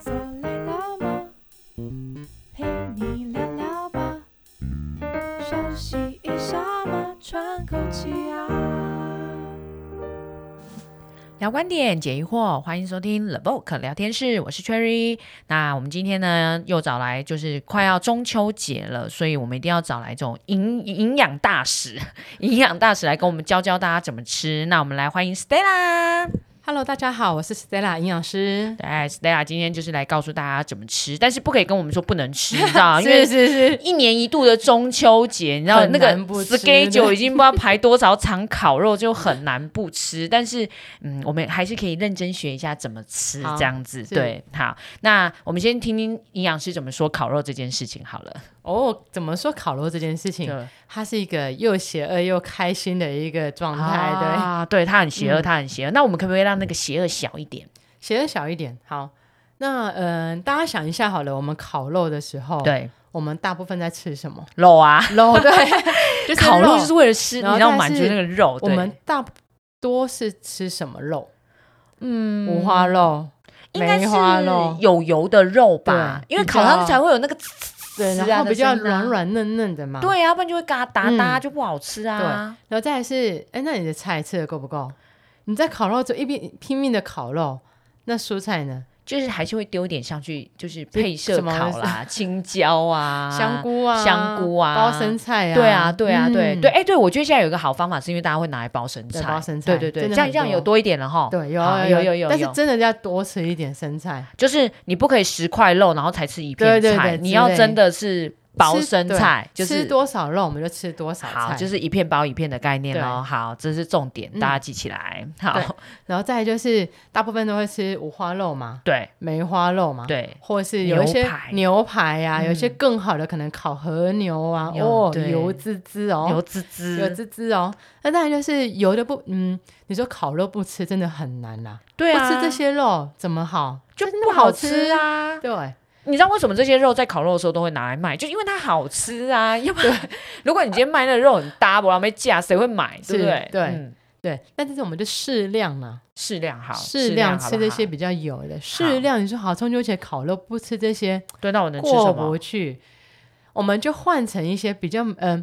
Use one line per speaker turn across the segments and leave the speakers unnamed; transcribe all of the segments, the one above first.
坐累了吗？陪你聊聊吧，休息一下嘛，喘口气啊。
聊观点，解疑惑，欢迎收听 The Book 聊天室，我是 Cherry。那我们今天呢，又找来就是快要中秋节了，所以我们一定要找来这种营营养大使， 营养大使来跟我们教教大家怎么吃。那我们来欢迎 Stella。
Hello，大家好，我是 Stella 营养师。
对，Stella 今天就是来告诉大家怎么吃，但是不可以跟我们说不能吃，你知道 吗？因为
是是，
一年一度的中秋节，你知道
很
那个
难不吃
schedule 已经不知道排多少场烤肉，就很难不吃。但是，嗯，我们还是可以认真学一下怎么吃，
好
这样子
是
对。好，那我们先听听营养师怎么说烤肉这件事情好了。
哦，怎么说烤肉这件事情，
对
它是一个又邪恶又开心的一个状态，对，
啊，对，他很邪恶，
嗯
他很邪恶。那我们可不可以让那个邪恶小一点？
邪恶小一点。好，那嗯、呃大家想一下好了，我们烤肉的时候，，
对，
我们大部分在吃什么？
肉啊，
肉， 对，就是
烤肉
肉
就是为了吃，
然
你
后
要
但
满足
是
那个肉。
我
对
们大多是吃什么肉？
嗯
五花肉、
应该
梅花肉
是，有油的肉吧，
对
因为
比
烤它
较
才会有那个
嗯
呲
对，
是啊
然后
这
比较
真的啊
软软嫩嫩的嘛。，
对啊，不然就会嘎哒哒，
嗯
就不好吃啊。
然后再来是，哎，那你的菜吃的够不够？你在烤肉就一边拼命的烤肉，那蔬菜呢？
就是还是会丢一点上去，就是
就
配色
什么
烤啦， 青椒啊，
香。菇啊，
香菇啊
包生菜啊，
对啊，对啊，对
嗯
对，哎，对，我觉得现在有一个好方法，是因为大家会拿来包生菜，
对包生菜
对对对，
真
这
的
样
很
这样
多
有多一点了哈。
对，
好
有
有有有
但是
有
真的要多吃一点生菜，
就是你不可以十块肉，然后才吃一片
对对
菜，
对
你
之
要
类
真的是包
吃
生
对
菜，就是
吃多少肉我们就吃多少
好，
菜，
就是是一片包一片的概念
对
哦。好，这是重点，
嗯
大家记起来。
对
好，
然后再来就是大部分都会吃五花肉嘛，
对
梅花肉嘛，，
对，
或是有一些
牛排
牛排啊，
嗯
有一些更好的可能烤和牛啊，
有
哦，
对
油滋滋哦，
油滋
有
滋，
滋滋哦，那当然就是油的不，嗯，你说烤肉不吃真的很难啦、
对啊，
不吃这些肉怎么好？
就
真的
不好
好
吃
吃
啊。
对，
你知道为什么这些肉在烤肉的时候都会拿来卖？就因为它好吃 啊，要不然如果你今天卖那个肉很 double，然后没价，谁会买？对不对？
是对
嗯
对，但是我们就适量嘛，
适量好，
适
量
量
好
吃
不
这
好
些比较油的，适量。你说好中秋节烤肉不吃这些
对，那我能吃什
过
么
不？去，我们就换成一些比较嗯、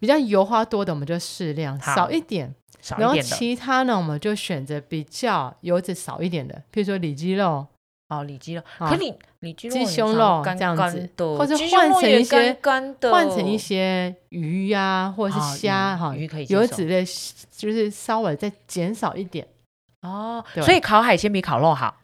比较油花多的，我们就适量
好
少一点，
少
然
一
后
点的
其他呢，我们就选择比较油脂少一点的，譬如说里脊肉，
哦，里脊肉，
啊
可你里脊肉
鸡
很
胸
常
肉
干
这样
干
子
的，
或者
鸡胸
换
肉
成
也
一
干
些
干的，
换成一些鱼呀、或者
啊
是虾
鱼
哈，
鱼可以接
油
受
脂类就是稍微再减少一点。
哦。
对
所以烤海鲜比烤肉好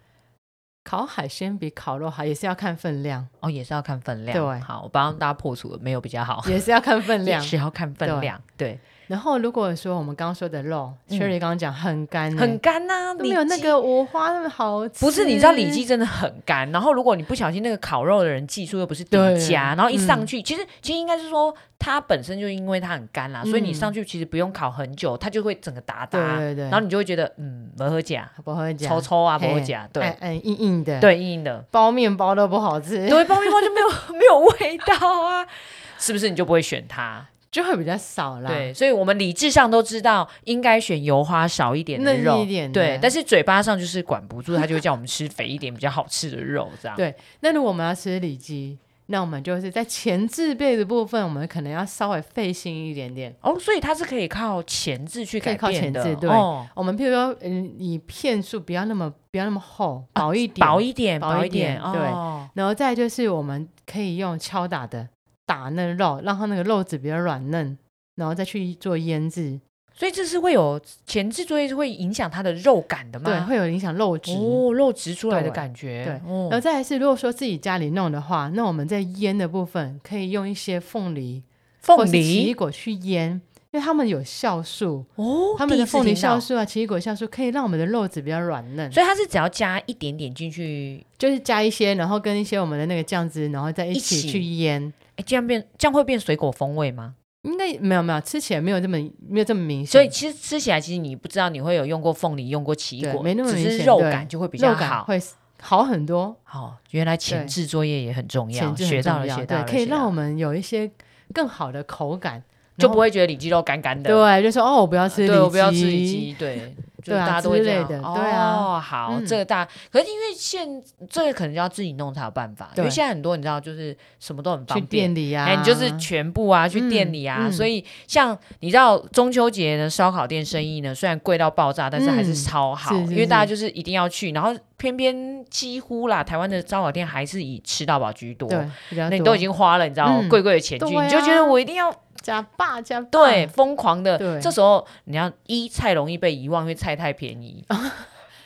烤海鲜比烤肉好，也是要看分量，
哦，也是要看分量。
对
好，我帮大家破除了没有比较好，
也是要看分
也
量。
是要看分
对
量，对，
然后如果说我们刚刚说的肉
嗯
，Cherry 刚刚讲很干欸，
很干啊呐，
都没有
里
那
脊
个五花那么好吃。
不是，你知道里脊真的很干，然后如果你不小心那个烤肉的人技术又不是顶
对
佳，然后一上
嗯
去，其实其实应该是说它本身就因为它很干啦，所以你
嗯
上去其实不用烤很久，它就会整个打打，
对对对
然后你就会觉得嗯不合夹，
不会讲
抽抽啊不合
嘿
夹，
嗯
对
嗯硬硬的，，
对硬硬的，
包面包都不好吃，
对爆米花就没有没有味道啊， 是不是你就不会选它？
就会比较少啦。
对，所以我们理智上都知道应该选油花少一点的
嫩
肉，
一点的
对，但是嘴巴上就是管不住，他就会叫我们吃肥一点比较好吃的肉，这样。
对那如果我们要吃里脊，那我们就是在前置备的部分，我们可能要稍微费心一点点。
哦，所以它是可以靠前置去
可
改
以靠
变的，
前置对
哦、
我们譬如说，嗯，你片数不要那么不要那么厚，薄一点，
薄一点，
薄
薄
一点对
哦，
然后再来就是我们可以用敲打的打嫩肉，让它那个肉质比较软嫩，然后再去做腌制，
所以这是会有前置作业是会影响它的肉感的
对，
吗？
会有影响肉质。
哦，肉质出来的
对
感觉，
对
哦
然后再来是，如果说自己家里弄的话，那我们在腌的部分可以用一些凤梨或
凤
是奇异
梨
果去腌，因为它们有酵素，
哦，
它们的
第一次
凤梨
听到
酵，素啊、奇异果酵素可以让我们的肉质比较软嫩，
所以它是只要加一点点进去，
就是加一些，然后跟一些我们的那个酱汁，然后再一
一
起
起
去腌。
哎，这样变这样会变水果风味吗？
应该没有没有，吃起来没有这么没有这么明显，
所以其实吃起来，其实你不知道你会有用过凤梨，用过奇异
对
果，
没那么
只
明
是
显
肉
对
感就会比较
肉感
好。
会好很多。
哦，原来前
对
置作业也很重要，
前置很
学到
重
了，
要
学到了，
对，可以
学到了
让我们有一些更好的口感，
就不会觉得里脊肉干干的。啊
对，就说哦，我不要吃里
对，
脊，
我不要吃里脊， 对，就是
对啊
大家都会
之
这
类
样
的
哦、
对啊
好，
嗯
这个大，可是因为现这个可能就要自己弄才有办法，因为
对
现在很多你知道，就是什么都很
去
方便
店。里啊，
哎，你就是全部啊，去店里啊，
嗯嗯
所以像你知道中秋节的烧烤店生意呢，虽然贵到爆炸，但是还是
嗯
超好，
是是
因为大家
是
就是一定要去，然后偏偏几乎啦，台湾的烧烤店还是以吃到饱居多，
对，比较
那你
多
都已经花了你知道
嗯
贵贵的钱去，
对
你就觉
啊
得我一定要
假霸假霸
对，疯狂的。
嗯对
这时候你要一菜容易被遗忘，因为菜太便宜。
哦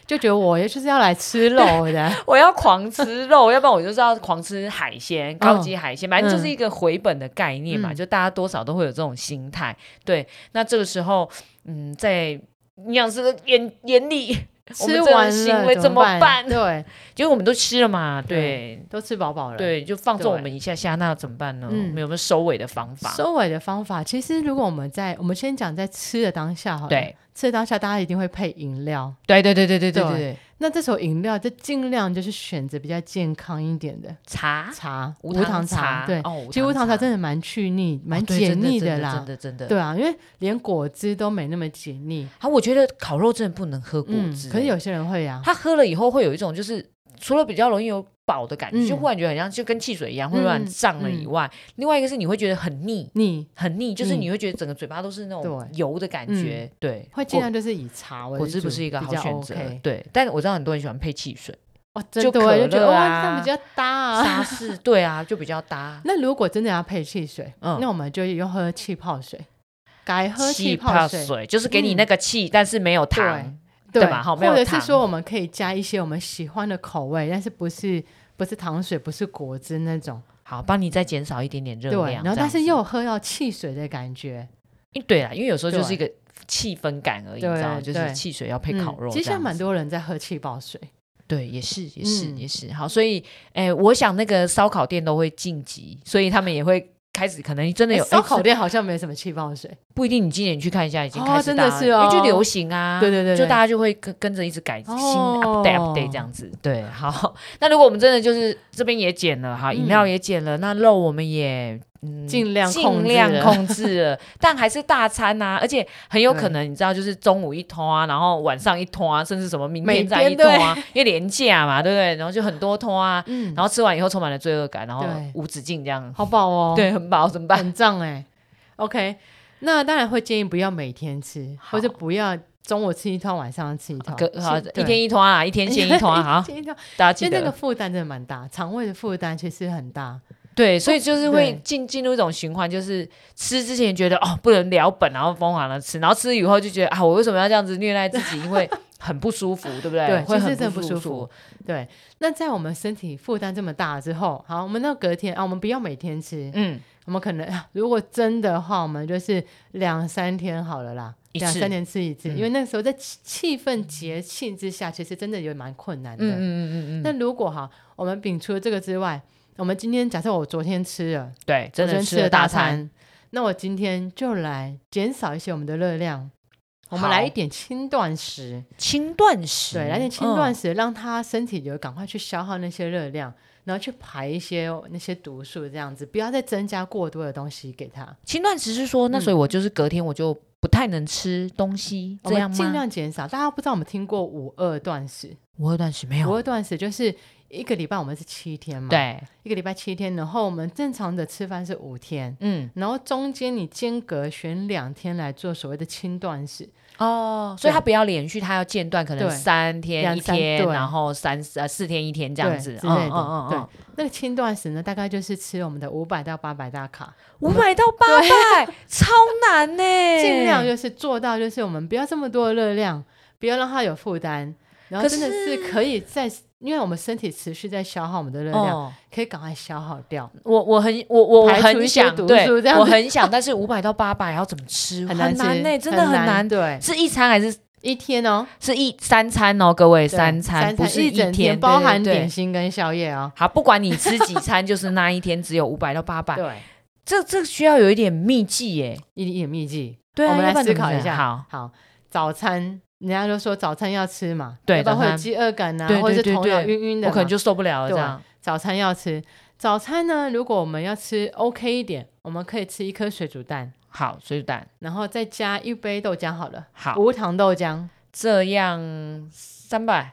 就觉得我就是要来吃肉的，
我要狂吃肉， 要不然我就是要狂吃海鲜，高级海鲜，反正就是一个回本的概念嘛，
嗯
就大家多少都会有这种心态。对，那这个时候，嗯，在营养师的眼眼里，我们
吃
这种
完
行
了
为怎
怎
么办
办？对，
结果我们都吃了嘛，对。
都吃饱饱了。，
对，就放纵
对
我们一下下，那怎么办呢？
嗯
我们有没有收尾的方法？
收尾的方法，其实如果我们在我们先讲在吃的当下好了，
对，
吃的当下大家一定会配饮料。
对对对对对对
对
对对，
那这时候饮料就尽量就是选择比较健康一点的
茶
茶，
啊无
糖
茶，
对，
哦，
其实无糖茶真的蛮去腻、蛮解腻
的
啦
哦真。的真的。
对啊，因为连果汁都没那么解腻。
啊，我觉得烤肉真的不能喝果
嗯
汁欸、，
可是有些人会啊，
他喝了以后会有一种就是除了比较容易有饱的感觉，就
嗯
忽然觉得很像就跟汽水一样，会忽然
嗯
胀了以外，另外一个是你会觉得很腻。
腻
很腻，就是
嗯
你会觉得整个嘴巴都是那种
对嗯
油的感觉，对，
会尽量就是以茶为
果
主，
果汁不是一个
比
好
较
选择
OK，
对。但我知道很多人喜欢配汽水，
哦，
就
真的我就觉
可乐
得哇，
啊
这样比较搭啊。
沙士，对啊，就比较 搭。
那如果真的要配汽水，
嗯
那我们就用喝气泡水，改喝
气
气
泡
泡水，嗯
水就是给你那个气，但是没有糖，
对
对吧好没有
或者是
糖
说我们可以加一些我们喜欢的口味，但是不是不是糖水，不是果汁那种，
好，帮你再减少一点点热
对。
量。
然后
这
但
样
是
子
又有喝到汽水的感觉，
因对啊啦，因为有时候就是
对
一个气氛感而已，
对
你知道吗，就是
对
汽水要配
嗯
烤肉这样子、
其实现在蛮多人在喝气泡水，
对，也是，也是，
嗯
也是。好，所以，哎，我想那个烧烤店都会晋级，所以他们也会开始，可能真的
哎
有
烧烤，
诶
店好像没什么气泡水，
不一定。你今年去看一下，已经
哦
开始
真的
大家
是
因为就
哦
流行啊，
对对对
就
对
大家就会跟跟着一直改新
哦
update update 这样子。对，好， 那如果我们真的就是这边也减了，好，饮料也减了，那肉我们也。嗯
嗯尽量控
尽
制
量
了
控制 了，但还是大餐呐、而且很有可
对
能你知道，就是中午一通啊，然后晚上一通啊，甚至什么明天
每
再一
天
通啊，因为廉价嘛，对不对？然后就很多通啊，
嗯，
然后吃完以后充满了罪恶感，然后
对
无止境这样，
好饱哦，，
对，很饱怎么办？
很胀哎、OK，那当然会建议不要每天吃，
好啊
或者不要中午吃一通，晚上吃一通，
隔好
是
一
对
天一通 啊，一天限一通啊，好，
一天一通，
大家记
其实那个
得。
负担真的蛮大，肠胃的负担其实很大。
对，所以就是会
对
进进入一种循环，就是吃之前觉得哦不能聊本，然后疯狂的吃，然后吃以后就觉得啊我为什么要这样子虐待自己？因为很不舒服，对不对？
对
会
其实
很
真的
不
不
舒
舒服。对，那在我们身体负担这么大之后，好，我们到隔天啊，我们不要每天吃，
嗯，
我们可能啊如果真的话，我们就是两三天好了啦，
一
两
次
三天吃一次，
嗯
因为那时候在气气氛节庆之下，其实真的有蛮困难的。
嗯嗯嗯嗯嗯，
那如果哈，我们摒除了这个之外，我们今天假设我昨天吃了，
对，真
我昨
的
天
吃
了
了大餐，
餐，那我今天就来减少一些我们的热量，我
好
们来一点轻断食，
轻断食，
对，来点轻断
嗯
食，让它身体就赶快去消耗那些热量，然后去排一些那些毒素，这样子，不要再增加过多的东西给它，
轻断食是说，那
嗯
所以我就是隔天我就不太能吃东西，
我
这样
们
吗？
尽量减少。大家不知道我们听过五二断食，
我有断食没
五
有，
二断食就是一个礼拜我们是七天嘛，，
对，
一个礼拜七天，然后我们正常的吃饭是五天。
嗯，
然后中间你间隔选两天来做所谓的轻断食，
哦，所以
对
它不要连续，它要间断，可能
对
三天
两
一
三
天，
对
然后三呃四天一天这样
对
子
之类
嗯
的。
嗯嗯
对，那个轻断食呢，大概就是吃我们的五百到八百大卡，
五百到八 百，超难呢，
尽量就是做到，就是我们不要这么多的热量，不要让它有负担，然
可
后真的是可以在，因为我们身体持续在消耗我们的热量，
哦，
可以赶快消耗掉，
我我很我我我
排
很
除一些
想，
毒
对
素这，样
我
子
很想，但是五百到八百要怎么吃？
很
难
吃，
呢，真的很难。
对，
是一餐还是
一天哦，
是一三餐哦，各位
对
三餐
三
不
餐
是
一整
天，
包
对对
含
对
点心跟宵夜哦。
好，不管你吃几餐，就是那一天只有五百到八百，
对，
这这需要有一点秘技耶。
一点一点秘籍，
对啊，
我们来
要不然
思
怎么
考一
办
下。
好，
好，早餐人家就说早餐要吃嘛，
对
要不然
早
会
餐
有饥饿感呐、啊
对
或者
对对
是头脑
对
晕晕的
我
嘛，
可能就受不了了这
对
样。
早餐要吃。早餐呢，如果我们要吃 OK 一点，我我们可以吃一颗水煮蛋，
好，水煮蛋，
然后再加一杯豆浆好了，
好，
无糖豆浆，
这样三百，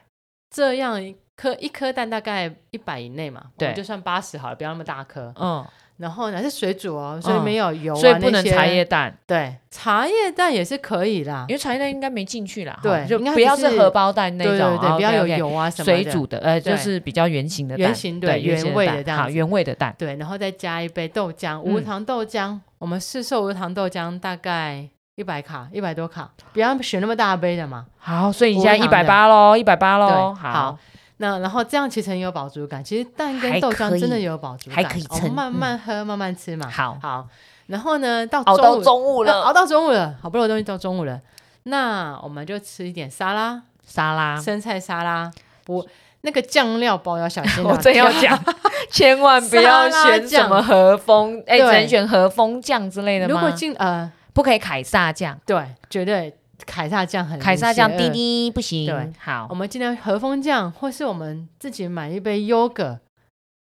这样一颗一颗蛋大概一百以内嘛，我
对
们就算八十好了，不要那么大颗。
嗯，
然后呢是水煮哦，所以没有油、啊
所以不能
那些
茶叶蛋，
对，茶叶蛋也是可以啦
因。为茶叶蛋应该没进去啦，
对
哈就
应该
不要
就是
荷包蛋那
对
种
对，对，
哦
不要有
OK，OK，
油啊什么的。
水煮的，呃，就
对
是比较圆形的蛋，
圆形对
对
原
形
味
蛋
的这样
好，
子
原味的蛋，
对，然后再加一杯豆浆，无
嗯
糖豆浆。我们市售无糖豆浆大概一百卡，一百多卡，不要选那么大杯的嘛。
好，所以你现在一
无
百
糖的
八喽，一百八喽，
对哦好，那然后这样其实很有饱足感。其实蛋
还
跟豆
可
浆
以
真的有饱足感，
还可以
我
撑嗯
们慢慢喝，慢慢吃嘛。
好
好，然后呢，到
熬到
午
中午
呃
了，
熬到中午了，好不容易终于到中午了，那我们就吃一点沙拉，
沙 拉，
生菜沙拉，不，那个酱料包要小心、啊。
我真要讲，千万不要
沙拉
选什
酱
么和风，哎，只
对
能选和风酱之类的
如果
吗？
进呃，
不可以凯撒酱，
对，绝对凯撒酱很
凯撒酱
邪恶
滴。滴不
对
行。哦好
我，们尽量和风酱，或是我们自己买一杯优格，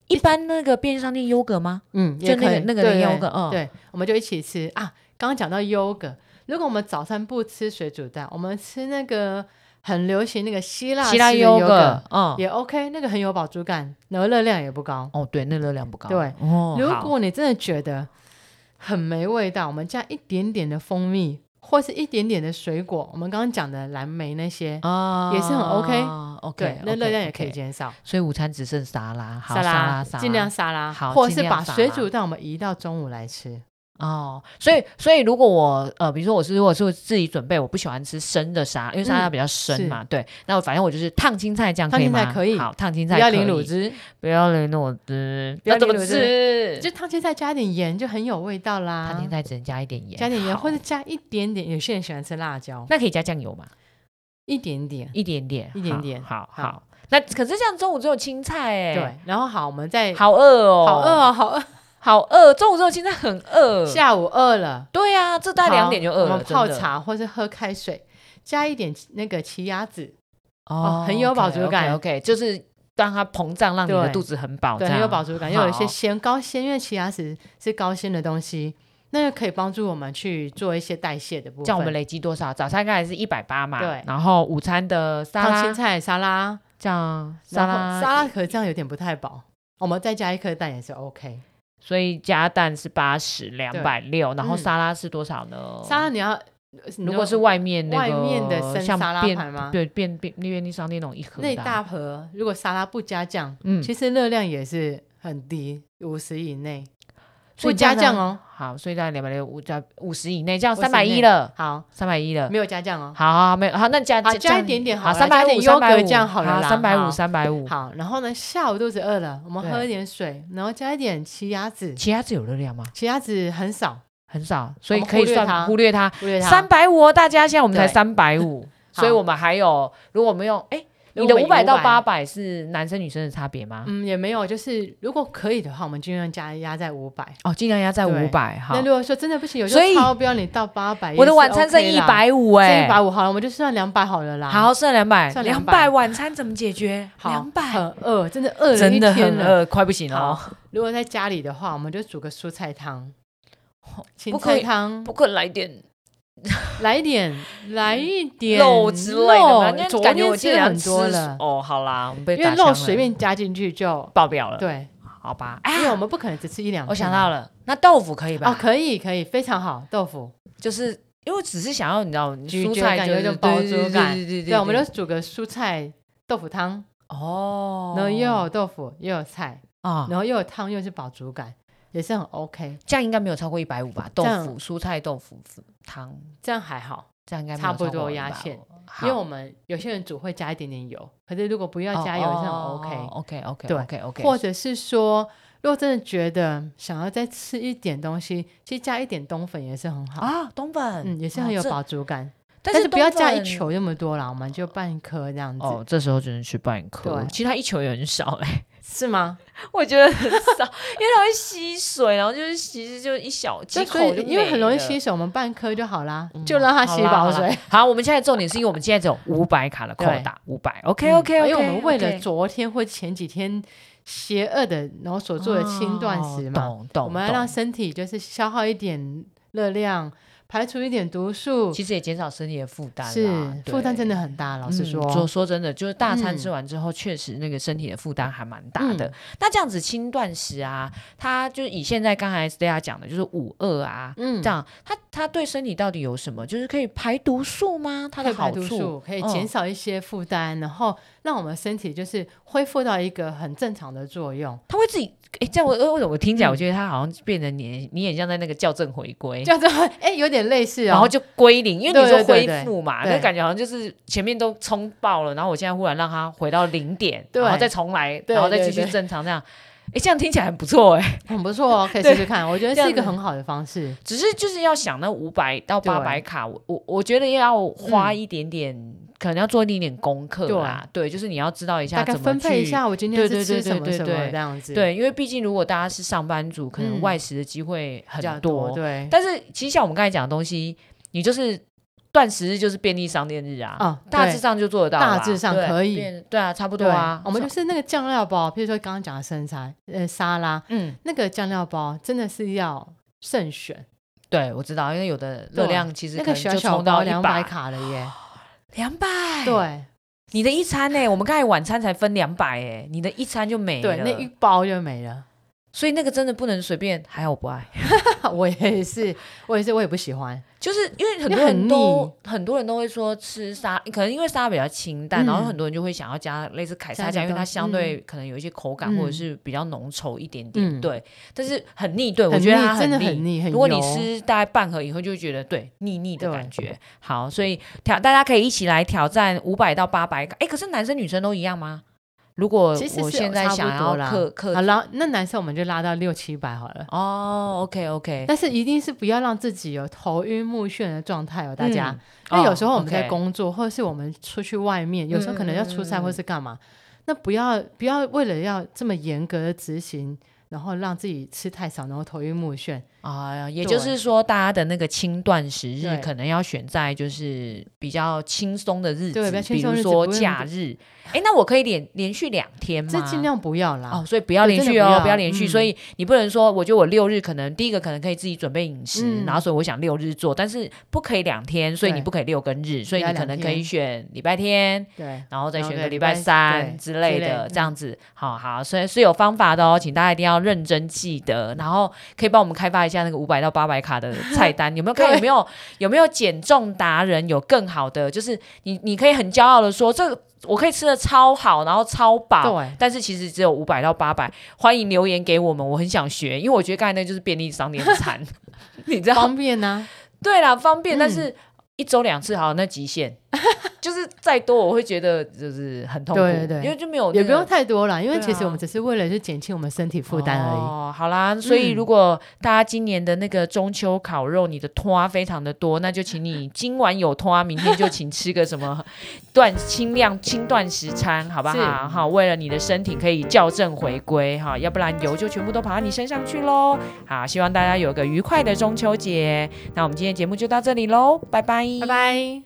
一般那个便利商店优格吗？
嗯，
就
也
那
可
个
以
那个
对
优
对
格，嗯，
对，我们就一起吃啊。刚刚讲到优格，如果我们早餐不吃水煮蛋，我们吃那个很流行那个希腊
希腊
式的优
格，嗯，
也 OK，那个很有饱足感，然后热量也不高。
哦，对，那热量不高。
对，
哦，
如
好
果你真的觉得很没味道，我们加一点点的蜂蜜，或是一点点的水果，我们刚刚讲的蓝莓那些，
啊
也是很 OK，
OK，
对，那热量也可以
OK，OK
减少。
所以午餐只剩沙拉，好
沙
拉，沙
尽量沙拉，
好
或
尽
是
量
把
沙
水
拉
煮蛋我们移到中午来吃。
哦，所以所以如果我呃，比如说我是如果是自己准备，我不喜欢吃生的沙，因为沙拉
嗯
比较生嘛，对。那我反正我就是烫青菜酱
烫
可以
青菜
吗？
可以
好，烫青
不
菜
要
可
淋卤
以，
汁，
不要淋卤汁，
不要
那怎么
淋卤汁
吃？
就烫青菜加一点盐就很有味道啦。
烫青菜只能加一点盐，
啊加点盐，
好
或者加一点点，有些人喜欢吃辣椒，
那可以加酱油吗？
一点点。
一点点，
一点
好
点
好
好
好。那可是这样中午只有青菜哎，
对，然后好，我们再
好饿哦，
好饿，哦，好饿，
好饿，中午之后青菜很饿。
下午饿了。
对啊，这大概两点就饿
好
了，
我们泡
真的
茶或是喝开水，加一点那个奇亚籽，
哦
哦很有饱足
OK，OK，
感
OK，就是让它膨胀，让你的
对
肚子很饱，
对，
哦这
很有
样
饱足感，又有一些
好
纤高纤，因为奇亚籽是高纤的东西，那就可以帮助我们去做一些代谢的部分。
这样我们累积多少？早餐刚才是一百八嘛，
对
然后午餐的沙
烫青
拉，
菜沙拉，
这样沙
然
拉
后沙，拉可是这样有点不太饱，我们再加一颗蛋也是 OK。
所以加蛋是八十两百六，然后
嗯
沙拉是多少呢？
沙拉你要，
哦如果是外面那
外
个
面的生
像
沙拉
便
盘吗
对，便便便利商店那种一盒
那一
的啊
大，盒，如果沙拉不加酱，
嗯，
其实热量也是很低，五十以内，
所以
不加
这样
酱哦
呢。好，所以在两百六五加五十以内，这样
50以内
三百一了，
好，
三百一了。
没有加酱哦。
哦好好，好没有好，那加
好加
酱
一点点
好，
好了
三
加
百
一
五，
点
三百
优
五
格酱好了啦
三百五，
好
三百五。
好，然后呢，下午肚子饿了，我们
对
喝一点水，然后加一点奇亚籽，
奇亚籽有热量吗？
奇亚籽很少，
很少，所以
我们
可以
忽略
算
它
忽略它。
忽略它。
三百五，哦大家现在我们才
对
三百 五，
好
所以我们还有，如果我们用，哎，
如
你
果
的
我们
五百
以
到
500
八百是男生女生的差别吗？
嗯，也没有，就是如果可以的话，我们尽量加压在五百。
哦，尽量压在
对
五百哈
那。如果说真的不行，有时
所以
候超标，你到八百、
我的晚餐剩一，百五，
剩
哎
一，百五好了，我们就算两百好了啦。，
好，剩两百，
算
两
200
百晚餐怎么解决？
好，
两百，
很饿，真的饿了一
真的
天
很
了。
饿，快不行哦，
好，如果在家里的话，我们就煮个蔬菜汤。芹
不可以
菜汤
不过来点
来一点，来一点
肉之类的吗？
肉
因为
昨
感觉
天
我
吃
记得
很
要吃
多了，
哦，好啦，我们被
因
打
为
枪
肉
了
随便加进去就
爆表了，，
对，啊
好吧。
因为我们不可能只吃一两片嘛。
我想到了，那豆腐可以吧？
哦，可以可以，非常好，豆腐。
就是因为只是想要你知道
咀
蔬
嚼
菜
感
就
有一
是
种饱
对对
足感
对对对
对，我们就煮个蔬菜豆腐汤，
哦，
然后又有豆腐又有菜，
啊，
然后又有汤又是饱足感，也是很 OK，
这样应该没有超过一百五吧？豆
这样
腐、蔬菜、豆腐汤，
这样还好。
这样应该没有
差不
超过
多压
150
线，
好
因为我们有些人煮会加一点点油，可是如果不
哦
要加油，这样 OK。
OK OK
对
OK OK，
哦或者是说，如果真的觉得想要再吃一点东西，其实加一点冬粉也是很好，
啊，冬粉
嗯，也是很有
哦这
饱足感。
但
但是不要
冬
加一
粉
球那么多啦，我们就半颗这样子，
哦，这时候只能吃半颗，
对
其实它一球也很少哎、
是吗？
我觉得很少，因为它会吸水，然后就是其实就一小几
对所
口
以
就
因为很容易
没了
吸水，我们半颗就好啦，
嗯
就让它吸饱。
好啦好
水
啦。好，我们现在重点是因为我们现在只有五百卡的扣
对
打，五百，OK OK
嗯
OK，
因为我们为了昨天或前几天邪恶的，然后所做的轻断食嘛，
哦懂懂，
我们要让
懂
身体就是消耗一点热量，排除一点毒素，
其实也减少身体的负担啦，
是
对
负担真的很大。老实说，
嗯说说真的，就是大餐
嗯
吃完之后，确实那个身体的负担还蛮大的。那这样子轻断食啊，它就以现在刚才 Stella 讲的，就是五二啊，
嗯
这样它它对身体到底有什么？就是可以排毒素吗？它
可
的
以排
好
毒
处
素，可以
嗯
减少一些负担，然后让我们身体就是恢复到一个很正常的作用。
它会自己哎，这样我呃为什么我听起来，
嗯
我觉得它好像变成你你很像在那个校正回归。
叫做 哎，有点类似哦，
然后就归零，因为你
对
说
对对
恢
对
复嘛，
对
那感觉好像就是前面都冲爆了，然后我现在忽然让它回到零点，
对
然后再重来，
对
然后再
对
继续
对
正常这样。哎，这样听起来很不错哎，
很不错哦，可以
对
试试看。我觉得
这样
是一个
子
很好的方式。
只是就是要想那五百到
对嗯
八百卡，我我我觉得要花一点点，可能要做一点点功课啦。对，就是你要知道一下
大概
怎么
分配一
去。
下，我今
对
天
对
是
对
吃什
对
么
对
什么
对
这样子，
对，因为毕竟如果大家是上班族，可能
嗯
外食的机会
比
很
较
多。
对。
但是其实像我们刚才讲的东西，你就是断食日就是便利商店日啊，
啊
大
对
致上就做得到啦，
大致上
对
可以
变对啊，差不多
对
啊。
我们就是是那个酱料包，譬如说刚刚讲的生菜、呃沙拉，
嗯，
那个酱料包真的是要慎选，
对，我知道，因为有的
对
热量其实
那
可
个
能
小
就
小
冲到
包
一
两百，卡了耶，
两百，
对
你的一餐呢、我们刚才晚餐才分两百哎，你的一餐就没了。
对，那一包就没了。
所以那个真的不能随便。还好我不爱，
我也是，我也是，我也不喜欢。
就是因为很
那
多人
很
都很多人都会说吃沙，可能因为沙比较清淡，
嗯
然后很多人就会想要加类似凯撒
加
酱，
点
因为它
东西
相对可能有一些口感、
嗯
或者是比较浓稠一点点。
嗯
对，但是很腻，对我
很
觉得
腻
它
真的
腻。
很腻，很
如果你
油
吃大概半盒以后，就会觉得对腻腻的
对
感觉。好，所以挑大家可以一起来挑战五百到八百。哎，可是男生女生都一样吗？如果
其实
我
是
现在
差不
想
多
要
啦
克克
好了，那男生我们就拉到六七百好了。
哦，OK OK，
但是一定是不要让自己有头晕目眩的状态哦，大家。
嗯
因为
哦
有时候我们在
，OK
工作，或者是我们出去外面，有时候可能要出
嗯嗯
差
嗯嗯
或是干嘛，那不要不要为了要这么严格的执行，然后让自己吃太少，然后头晕目眩。
啊、也
对
就是说，大家的那个轻断食日
对
可能要选在就是比较轻松的日子，
对比较轻松
比如
的日子
说
不用
假日。哎，那我可以连连续两天吗？
这尽量不要啦。
哦，所以不要
对
连
真的
续
不
哦，
要
不要连续。
嗯
所以你不能说，我觉得我六日可能第一个可能可以自己准备饮食，
嗯
然后所以我想六日做，但是不可以两天，所以你
对
不可以六跟日，所以
不要
你可能
两
可以
天
选礼拜天，
对，
然后再
然后
选个
再
礼
礼
拜
拜
三
对
之类
之类嗯
的，
的
这样子，好好，所以是有方法的哦，请大家一定要认真记得，然后可以帮我们开发一下那个五百到八百卡的菜单， 有没有看有没有有没有减重达人有更好的，就是你你可以很骄傲的说，这个我可以吃的超好，然后超饱。
对，
但是其实只有五百到八百，欢迎留言给我们，我很想学，因为我觉得刚才那就是便利商店餐， 你知道吗
方便啊呢、
对啦，方便，
嗯
但是一周两次好，那极限。 就是再多，我会觉得就是很痛苦，
对对对
因为就没有、那个、
也不用太多啦，因为
对啊
其实我们只是为了去减轻我们身体负担而已。
哦，好啦，所以
嗯
如果大家今年的那个中秋烤肉，你的拖非常的多，那就请你今晚有拖，明天就请吃个什么断轻量轻断食餐，好不好？
是
好，为了你的身体可以校正回归哈，要不然油就全部都跑到你身上去喽。好，希望大家有个愉快的中秋节。那我们今天节目就到这里喽，拜拜，
拜拜。